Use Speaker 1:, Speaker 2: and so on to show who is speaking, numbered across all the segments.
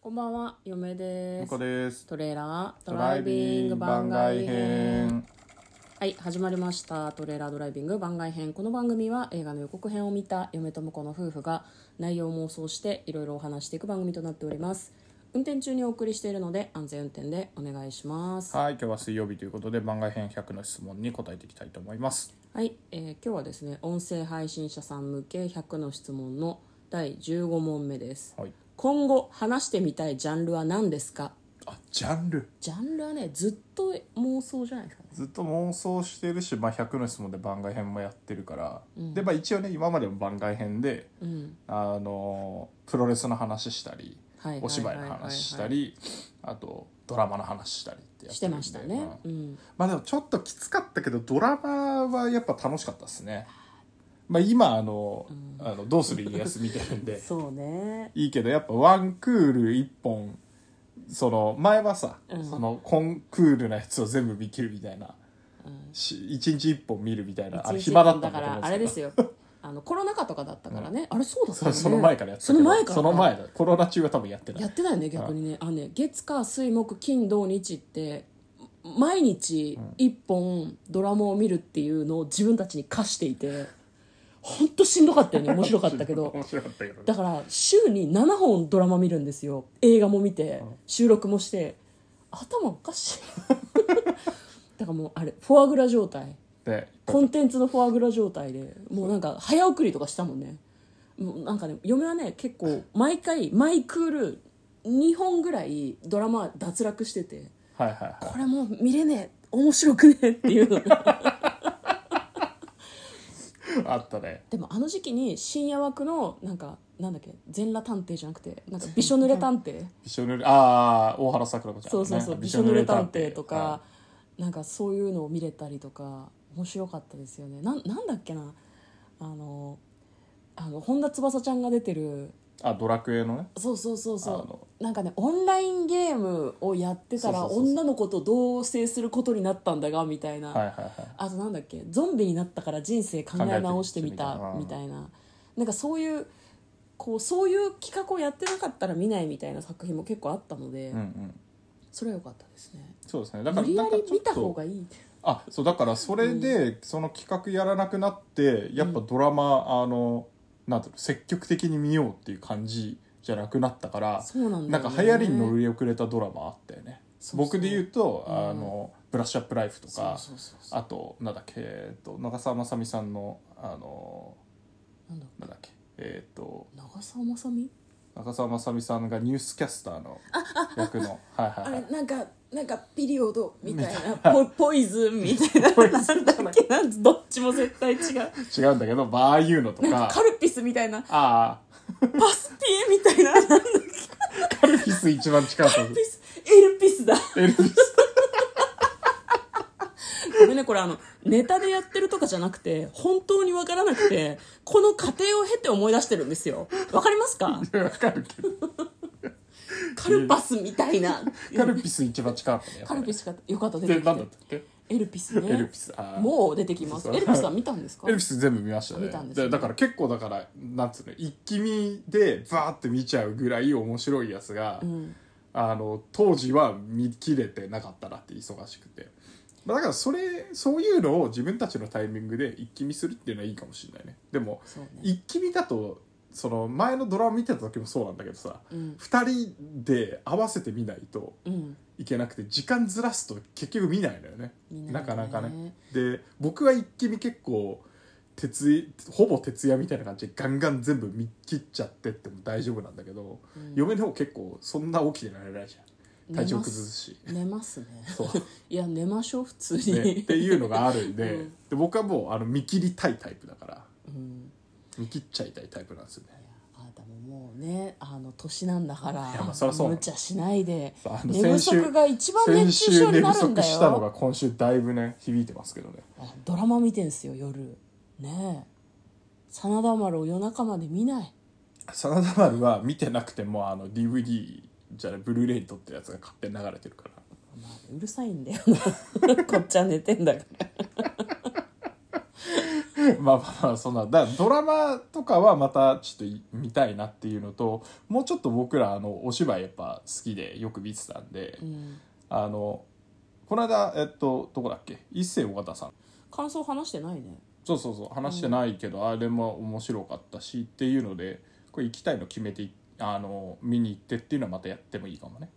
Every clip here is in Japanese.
Speaker 1: こんばんは、嫁で
Speaker 2: 向
Speaker 1: す
Speaker 2: こ。です
Speaker 1: トレーラードライビング番外編。はい、始まりました。トレーラードライビング番外編。この番組は映画の予告編を見た嫁と婿の夫婦が内容を妄想していろいろお話していく番組となっております。運転中にお送りしているので安全運転でお願いします。
Speaker 2: はい今日は水曜日ということで番外編100の質問に答えていきたいと思います
Speaker 1: はい、えー今日はですね、音声配信者さん向け100の質問の第15問目です。
Speaker 2: はい
Speaker 1: 今後話してみたいジャンルは何ですか
Speaker 2: あジャンル
Speaker 1: ジャンルはね、ずっと妄想じゃないですかね。
Speaker 2: ずっと妄想してるし、まあ、100の質問で番外編もやってるから、で、まあ、一応ね今までも番外編で、あのプロレスの話したり、
Speaker 1: はいはい
Speaker 2: お芝居の話したり、あとドラマの話したりってやっ
Speaker 1: してて
Speaker 2: るんで
Speaker 1: ましたね。
Speaker 2: う
Speaker 1: うんん。
Speaker 2: まあでもちょっときつかったけどドラマはやっぱ楽しかったですね、まあ、今あの,、あの「どうする家康」見てるん で
Speaker 1: そうね。
Speaker 2: いいけどやっぱワンクール一本その前はさ、
Speaker 1: うん
Speaker 2: そのコンクールなやつを全部見切るみたいな、し一日一本見るみたいなあれ暇だったんだと
Speaker 1: か
Speaker 2: 思
Speaker 1: ら
Speaker 2: うん
Speaker 1: あれ
Speaker 2: で
Speaker 1: ですす
Speaker 2: けど
Speaker 1: よ。 あのコロナ禍とかだったからね。あれそうだったよ
Speaker 2: そう
Speaker 1: ね。
Speaker 2: その前からやってた
Speaker 1: その
Speaker 2: けど
Speaker 1: 前から。
Speaker 2: その前だコロナ中は多分やってない
Speaker 1: やってないよね逆にね。あのね月火水木金土日って毎日一本ドラマを見るっていうのを自分たちに課していて、本当しんどかったよね。面白かったけど。
Speaker 2: 面白かったけど
Speaker 1: だから週に7本ドラマ見るんですよ映画も見て収録もして頭おかしい だからもうあれフォアグラ状態
Speaker 2: で
Speaker 1: コンテンツのフォアグラ状態でもうなんか早送りとかしたもんねもうなんかね嫁はね結構毎回マイクール2本ぐらいドラマ脱落してて
Speaker 2: はいはいはい
Speaker 1: これもう見れねえ面白くねえっていうのが
Speaker 2: あったね
Speaker 1: でもあの時期に深夜枠のなんかなんだっけ全裸探偵じゃなくてなんかびしょ濡れ探偵
Speaker 2: びしょ濡れああ大原さくら子ちゃん
Speaker 1: そ
Speaker 2: の
Speaker 1: う
Speaker 2: ね、
Speaker 1: そうそう「びしょ濡れ探偵」とか、なんかそういうのを見れたりとか面白かったですよねなんなんだっけなあのあの本田翼ちゃんが出てる
Speaker 2: はいあドラクエのね
Speaker 1: そうそうそう
Speaker 2: あ
Speaker 1: そ
Speaker 2: の
Speaker 1: うなんかねオンラインゲームをやってたら
Speaker 2: そうそうそうそう
Speaker 1: 女の子と同棲することになったんだがみたいな、
Speaker 2: はいはいはい
Speaker 1: あとなんだっけゾンビになったから人生考え直してみた
Speaker 2: 考えて
Speaker 1: み
Speaker 2: みた
Speaker 1: たいななんかそういうこうそういう企画をやってなかったら見ないみたいな作品も結構あったので、
Speaker 2: うんうん
Speaker 1: それは良かったですね
Speaker 2: そうですねだから
Speaker 1: 無理や
Speaker 2: なん
Speaker 1: り
Speaker 2: かちょ
Speaker 1: 見
Speaker 2: っと
Speaker 1: た方がいい
Speaker 2: あそうだからそれでその企画やらなくなってやっぱドラマ、あのなんていうの積極的に見ようっていう感じじゃなくなったから
Speaker 1: そうなんだ
Speaker 2: な
Speaker 1: よ
Speaker 2: ん
Speaker 1: ね、
Speaker 2: か流行りに乗り遅れたドラマあったよね
Speaker 1: そうそう
Speaker 2: 僕で言うと、
Speaker 1: うん
Speaker 2: あのブラッシュアップライフと
Speaker 1: そう
Speaker 2: か
Speaker 1: そうそうそう
Speaker 2: あとなんだっけ、えー、と長澤まさみさんのあの
Speaker 1: なんだ
Speaker 2: なんだっけえっ、と
Speaker 1: 長澤まさみ
Speaker 2: 長澤まさみさんがニュースキャスターの役のはい
Speaker 1: あ
Speaker 2: はいは
Speaker 1: れ
Speaker 2: い
Speaker 1: なんかなんかピリオドみたいな ポポイズンみたいななんだっけなんどっちも絶対違 う
Speaker 2: 違うんだけどまあああいうのと
Speaker 1: なん
Speaker 2: か
Speaker 1: かカルピスみたいな
Speaker 2: あ
Speaker 1: パスピエみたいななんだっ
Speaker 2: あカルピス一番近かった
Speaker 1: けエルピスだ
Speaker 2: エルピス
Speaker 1: ごめんねこれあのネタでやってるとかじゃなくて本当にわからなくてこの過程を経て思い出してるんですよわかります か
Speaker 2: いやわかるけど
Speaker 1: カルパスみたいな
Speaker 2: カルピス一番近かったね
Speaker 1: カルピ
Speaker 2: ス
Speaker 1: スがよかった出
Speaker 2: で
Speaker 1: て
Speaker 2: なん
Speaker 1: き
Speaker 2: だった
Speaker 1: て
Speaker 2: っけ
Speaker 1: エルピスね
Speaker 2: エルピスあー
Speaker 1: もう出てきます
Speaker 2: そう
Speaker 1: エルピスは見たんですか
Speaker 2: エルピス全部見ましたね
Speaker 1: 見たんですね
Speaker 2: だから結構だからなんつうの一気見でバーって見ちゃうぐらい面白いやつが、
Speaker 1: ん
Speaker 2: あの当時は見切れてなかったなって忙しくて、まあ、だからそれそういうのを自分たちのタイミングで一気見するっていうのはいいかもしれないねでも
Speaker 1: そうね
Speaker 2: 一気見だとその前のドラマ見てた時もそうなんだけどさ、
Speaker 1: うん
Speaker 2: 二人で合わせて見ないと
Speaker 1: うん
Speaker 2: いけなくて時間ずらすと結局見ないのよね
Speaker 1: 見ないね
Speaker 2: なかなかねで僕は一気見結構徹夜ほぼ徹夜みたいな感じでガンガン全部見切っちゃってっても大丈夫なんだけど、
Speaker 1: うん
Speaker 2: 嫁の方結構そんな起きてられないじゃん体調崩すし
Speaker 1: 寝ますね
Speaker 2: そう
Speaker 1: いや寝ましょう普通
Speaker 2: ね
Speaker 1: に
Speaker 2: っていうのがあるんで,、
Speaker 1: うん
Speaker 2: で僕はもうあの見切りたいタイプだから
Speaker 1: うん
Speaker 2: 見切っちゃいたいタイプなんですよね
Speaker 1: いやあなたももうねあの年なんだから
Speaker 2: いやまあそりゃそうなの
Speaker 1: 無茶しないで
Speaker 2: そうあの
Speaker 1: 寝不足が一番
Speaker 2: 先
Speaker 1: 熱中
Speaker 2: 週
Speaker 1: 症
Speaker 2: 寝
Speaker 1: に
Speaker 2: 不
Speaker 1: なるん
Speaker 2: 足
Speaker 1: だ
Speaker 2: したのが
Speaker 1: よ
Speaker 2: 今週だいぶね響いてますけどね
Speaker 1: あドラマ見てんすよ夜ねえ真田丸を夜中まで見ない
Speaker 2: 真田丸は見てなくてもあの DVD じゃないブルーレイに撮ったやつが勝手に流れてるから
Speaker 1: ま あうるさいんだよなこっちは寝てんだから
Speaker 2: まあまあまあそんなだからドラマとかはまたちょっとい見たいなっていうのともうちょっと僕らあのお芝居やっぱ好きでよく見てたんで、
Speaker 1: うん
Speaker 2: あのこの間えっとどこだっけ一世尾形さん
Speaker 1: 感想話してないね
Speaker 2: そうそうそう話してないけど、あれも面白かったしっていうのでこれ行きたいの決めていあの見に行ってっていうのはまたやってもいいかもね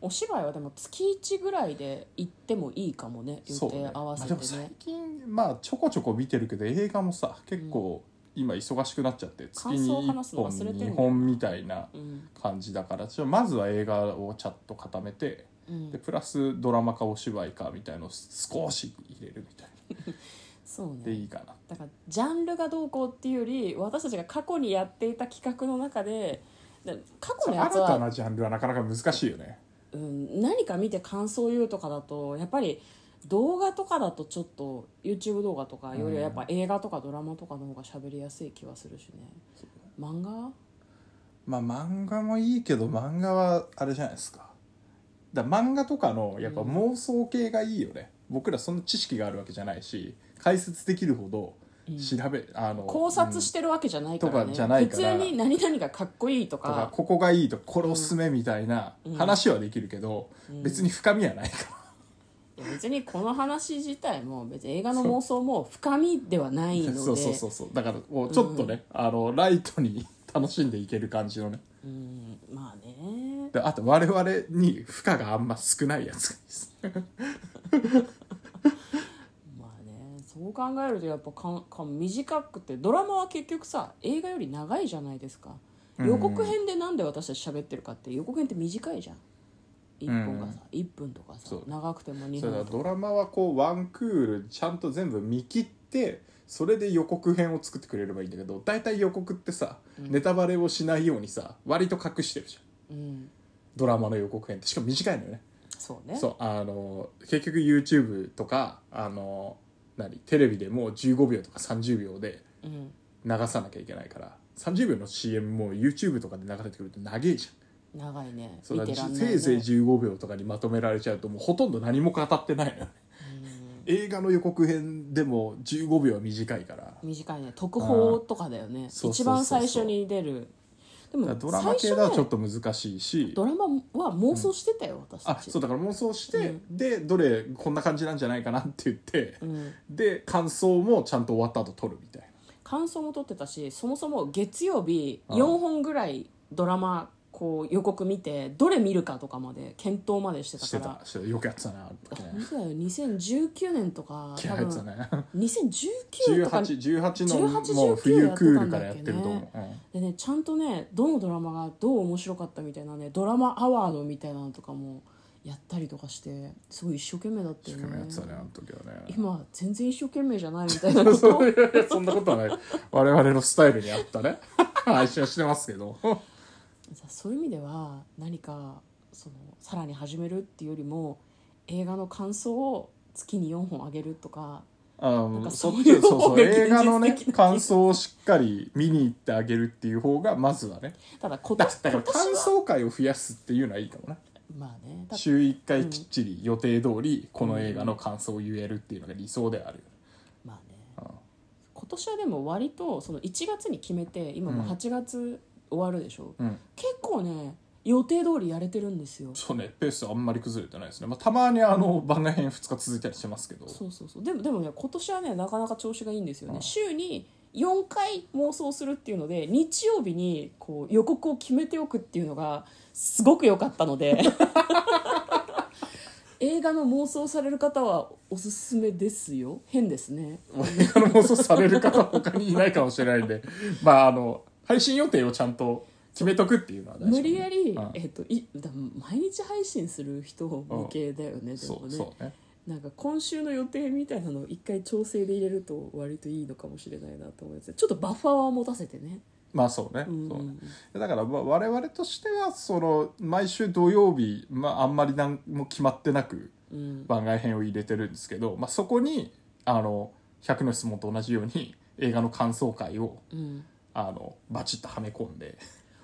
Speaker 1: お芝居はでも月1ぐらいで行ってもいいかもね予
Speaker 2: そうね
Speaker 1: 定合わせ
Speaker 2: まあ
Speaker 1: て
Speaker 2: で
Speaker 1: ね
Speaker 2: も最近まあちょこちょこ見てるけど映画もさ結構今忙しくなっちゃって、月
Speaker 1: 感想を
Speaker 2: に
Speaker 1: 話す
Speaker 2: 1
Speaker 1: の
Speaker 2: 本
Speaker 1: 忘れてんだよ
Speaker 2: 2本みたいな
Speaker 1: うん
Speaker 2: 感じだからちょまずは映画をちゃんと固めて
Speaker 1: うん
Speaker 2: でプラスドラマかお芝居かみたいのを少し入れるみたいな
Speaker 1: そう
Speaker 2: で
Speaker 1: ね
Speaker 2: いいかな
Speaker 1: だからジャンルがどうこうっていうより私たちが過去にやっていた企画の中でで過去のやつ
Speaker 2: 新た
Speaker 1: は、
Speaker 2: なジャンルはなかなか難しいよね
Speaker 1: うん、何か見て感想を言うとかだとやっぱり動画とかだとちょっと YouTube 動画とかよりはやっぱ映画とかドラマとかの方が喋りやすい気はするしね漫画
Speaker 2: まあ漫画もいいけど漫画はあれじゃないですかだから漫画とかのやっぱ妄想系がいいよね、僕らそんな知識があるわけじゃないし解説できるほど調べ、あの
Speaker 1: 考察
Speaker 2: うん
Speaker 1: してるわけじゃないからね,、
Speaker 2: とかじゃないから
Speaker 1: 普通に何々がかっこいいと
Speaker 2: とか
Speaker 1: か
Speaker 2: ここがいいとかこれおすすめみたいな話はできるけど、別に深みはないから
Speaker 1: いや別にこの話自体も別に映画の妄想も深みではないので
Speaker 2: そうそうそうそうだからもうちょっとね、あのライトに楽しんでいける感じのね
Speaker 1: うんまあね
Speaker 2: であと我々に負荷があんま少ないやつがいいです
Speaker 1: まあねそう考えるとやっぱかんかん短くてドラマは結局さ映画より長いじゃないですか予告編でなんで私たち喋ってるかって予告編って短いじゃん1本がさ、1分とかさ
Speaker 2: そう
Speaker 1: 長くても2
Speaker 2: そうだ
Speaker 1: 分とか
Speaker 2: ドラマはこうワンクールちゃんと全部見切ってそれで予告編を作ってくれればいいんだけど大体予告ってさ、ネタバレをしないようにさ割と隠してるじゃん
Speaker 1: うん
Speaker 2: ドラマの予告編ってしかも短いのよね
Speaker 1: そうね
Speaker 2: そうあの結局 YouTube とかあの何テレビでもう15秒とか30秒で
Speaker 1: うん、
Speaker 2: 流さなきゃいけないから30秒の CM も YouTube とかで流れてくると長いじゃん
Speaker 1: 長いね
Speaker 2: そう
Speaker 1: 見
Speaker 2: だ
Speaker 1: てらんない、ね、
Speaker 2: せいぜい15秒とかにまとめられちゃうともうほとんど何も語ってないのよね映画の予告編でも15秒は短いから
Speaker 1: 短いね特報とかだよね
Speaker 2: そう
Speaker 1: 一
Speaker 2: そうそうそう
Speaker 1: 番最初に出るで
Speaker 2: だから
Speaker 1: も
Speaker 2: ドラマ系
Speaker 1: 最
Speaker 2: だ
Speaker 1: 初
Speaker 2: と
Speaker 1: ね
Speaker 2: ちょっと難しいし
Speaker 1: ドラマは妄想してたよ、私た
Speaker 2: あ
Speaker 1: ち
Speaker 2: そうだから妄想して、でどれこんな感じなんじゃないかなって言って、
Speaker 1: ん
Speaker 2: で感想もちゃんと終わった後撮るみたいな
Speaker 1: 感想も撮ってたしそもそも月曜日
Speaker 2: うん
Speaker 1: 4本ぐらいドラマこう予告見てどれ見るかとかまで検討までしてた
Speaker 2: して
Speaker 1: から
Speaker 2: たしてたよくやってたなあの時ね
Speaker 1: そうだよ2019年とか
Speaker 2: 気
Speaker 1: 多
Speaker 2: 合入ってた
Speaker 1: 分
Speaker 2: ね
Speaker 1: 2019とか
Speaker 2: 1818
Speaker 1: 18
Speaker 2: のもう冬クールからやってると
Speaker 1: やっ
Speaker 2: 思
Speaker 1: て
Speaker 2: う、うん
Speaker 1: でねちゃんとねどのドラマがどう面白かったみたいなねドラマアワードみたいなのとかもやったりとかしてすごい一生懸命だった
Speaker 2: 仕
Speaker 1: よ
Speaker 2: 組みや
Speaker 1: ね
Speaker 2: ってたねあの時はね
Speaker 1: 今全然一生懸命じゃないみたい なこと
Speaker 2: そういうそんなことはない我々のスタイルに合ったね配信はしてますけど
Speaker 1: そういう意味では何かそのさらに始めるっていうよりも映画の感想を月に4本あげるとか
Speaker 2: あ
Speaker 1: ん
Speaker 2: の
Speaker 1: か
Speaker 2: そ
Speaker 1: そ
Speaker 2: っ
Speaker 1: う
Speaker 2: ち
Speaker 1: いう
Speaker 2: そ
Speaker 1: 方
Speaker 2: うそう
Speaker 1: が現実的な
Speaker 2: 映画のね
Speaker 1: 気が
Speaker 2: 感想をしっかり見に行ってあげるっていう方がまずはね
Speaker 1: ただ今
Speaker 2: だ
Speaker 1: 年
Speaker 2: だから
Speaker 1: 今年
Speaker 2: 感
Speaker 1: は
Speaker 2: 想会を増やすっていうのはいいかもね
Speaker 1: まあねだ
Speaker 2: 週1回きっちり予定通りこの映画の感想を言えるっていうのが理想ではあるよね
Speaker 1: まあね今年はでも割とその1月に決めて今もう8月終わるでしょ、
Speaker 2: うん
Speaker 1: 結構ね予定通りやれてるんですよ
Speaker 2: そうねペースあんまり崩れてないですね、まあ、たまにあの番外編2日続いたりしますけど
Speaker 1: そうそうそうでもでもね今年はねなかなか調子がいいんですよね、週に4回妄想するっていうので日曜日にこう予告を決めておくっていうのがすごく良かったの で映画の妄想される方はおすすめですよ変ですね
Speaker 2: 映画の妄想される方は他にいないかもしれないんで まああの配信予定をちゃんと決めとくっていうのは大事かもね
Speaker 1: 無理やり、
Speaker 2: うん
Speaker 1: えっといだ毎日配信する人向けだよね、で
Speaker 2: そ
Speaker 1: も
Speaker 2: う
Speaker 1: ね
Speaker 2: そうね
Speaker 1: なんか今週の予定みたいなのを一回調整で入れると割といいのかもしれないなと思いますちょっとバッファーは持たせてね
Speaker 2: まあそうね,、
Speaker 1: うん
Speaker 2: そうねだからまあ我々としてはその毎週土曜日、まあ、あんまり何も決まってなく
Speaker 1: うん
Speaker 2: 番外編を入れてるんですけど、まあ、そこにあの100の質問と同じように映画の感想会を
Speaker 1: うん
Speaker 2: あのバチッとはめ込んで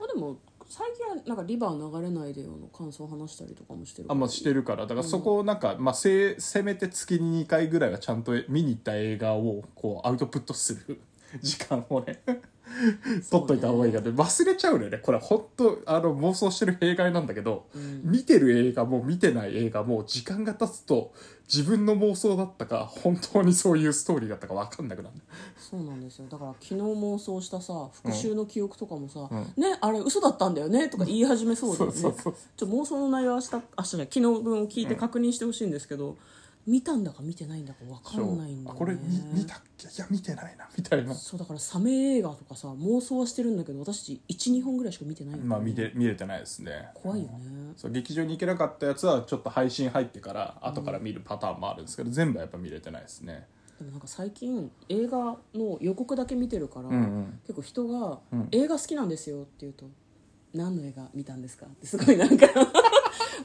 Speaker 1: あでも最近はなんか「リバー流れないでよ」の感想を話したりとかもしてる
Speaker 2: あまあしてるからだからそこをなんか、まあ、せせめて月に2回ぐらいはちゃんと見に行った映画をこうアウトプットする 時間をね取っといた方がいいかって忘れちゃうのよねこれ本当あの妄想してる弊害なんだけど、見てる映画も見てない映画も時間が経つと自分の妄想だったか本当にそういうストーリーだったか分かんなくなる
Speaker 1: そうなんですよだから昨日妄想したさ復讐の記憶とかもさ「ねあれ嘘だったんだよね」とか言い始めそうだよねち
Speaker 2: そ
Speaker 1: ょ
Speaker 2: うそうそう
Speaker 1: っと妄想の内容は明日明日じゃない昨日分を聞いて確認してほしいんですけど、見たんだか見てないんだか分かんないんだ
Speaker 2: あ
Speaker 1: よね
Speaker 2: これ見見たっけいや見てないなみたいな
Speaker 1: そうだからサメ映画とかさ妄想はしてるんだけど私12本ぐらいしか見てないんだよね
Speaker 2: まあ見て見れてないですね
Speaker 1: 怖いよね
Speaker 2: そう劇場に行けなかったやつはちょっと配信入ってから後から見るパターンもあるんですけど、全部はやっぱ見れてないですね
Speaker 1: でもなんか最近映画の予告だけ見てるから、
Speaker 2: んうん
Speaker 1: 結構人が、映画好きなんですよ」って言うと「何の映画見たんですか?」ってすごいなんか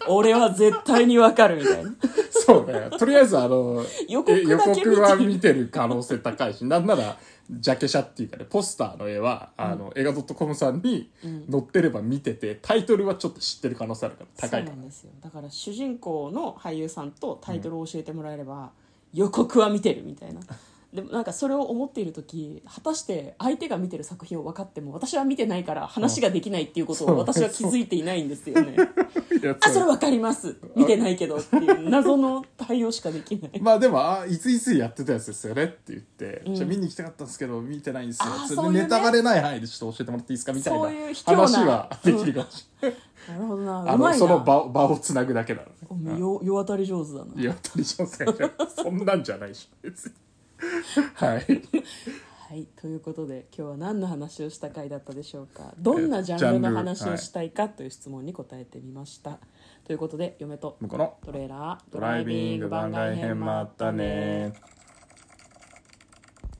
Speaker 1: 俺は絶対にわかるみたいな
Speaker 2: そうねとりあえずあの
Speaker 1: 予告だけ見てる
Speaker 2: え予告は見てる可能性高いしなんならジャケ写っていうかねポスターの絵はあの、映画 .com さんに載ってれば見ててタイトルはちょっと知ってる可能性あるから高い
Speaker 1: そ
Speaker 2: か
Speaker 1: うな
Speaker 2: ら
Speaker 1: んですよだから主人公の俳優さんとタイトルを教えてもらえれば、予告は見てるみたいなでもなんかそれを思っている時果たして相手が見てる作品を分かっても私は見てないから話ができないっていうこと
Speaker 2: そ
Speaker 1: を
Speaker 2: う
Speaker 1: 私は気づいていないんですよね
Speaker 2: いや
Speaker 1: あ
Speaker 2: そう
Speaker 1: それ分かります見てないけどっていう謎の対応しかできない
Speaker 2: まあでも、あ、いついつやってたやつですよねって言って、
Speaker 1: ん
Speaker 2: じゃあ見に行きたかったんですけど、見てないんですよ。
Speaker 1: あー
Speaker 2: それ
Speaker 1: そういうね
Speaker 2: でネタバレない範囲でちょっと教えてもらっていいですかみたい
Speaker 1: そういう
Speaker 2: な
Speaker 1: 卑怯な
Speaker 2: 話はできるかもしれない。
Speaker 1: なるほどな
Speaker 2: あ
Speaker 1: うま
Speaker 2: の、
Speaker 1: いな
Speaker 2: その場を、場をつなぐだけなのね。
Speaker 1: お前よ世当たり上手だない
Speaker 2: や、当たり上手だよそんなんじゃないし、別に。はい。
Speaker 1: はいということで今日は何の話をした回だったでしょうかどんなジャンルの話をしたいかという質問に答えてみました、ということで嫁と
Speaker 2: 向こうの
Speaker 1: トレーラード
Speaker 2: ドライビング番外編もあったね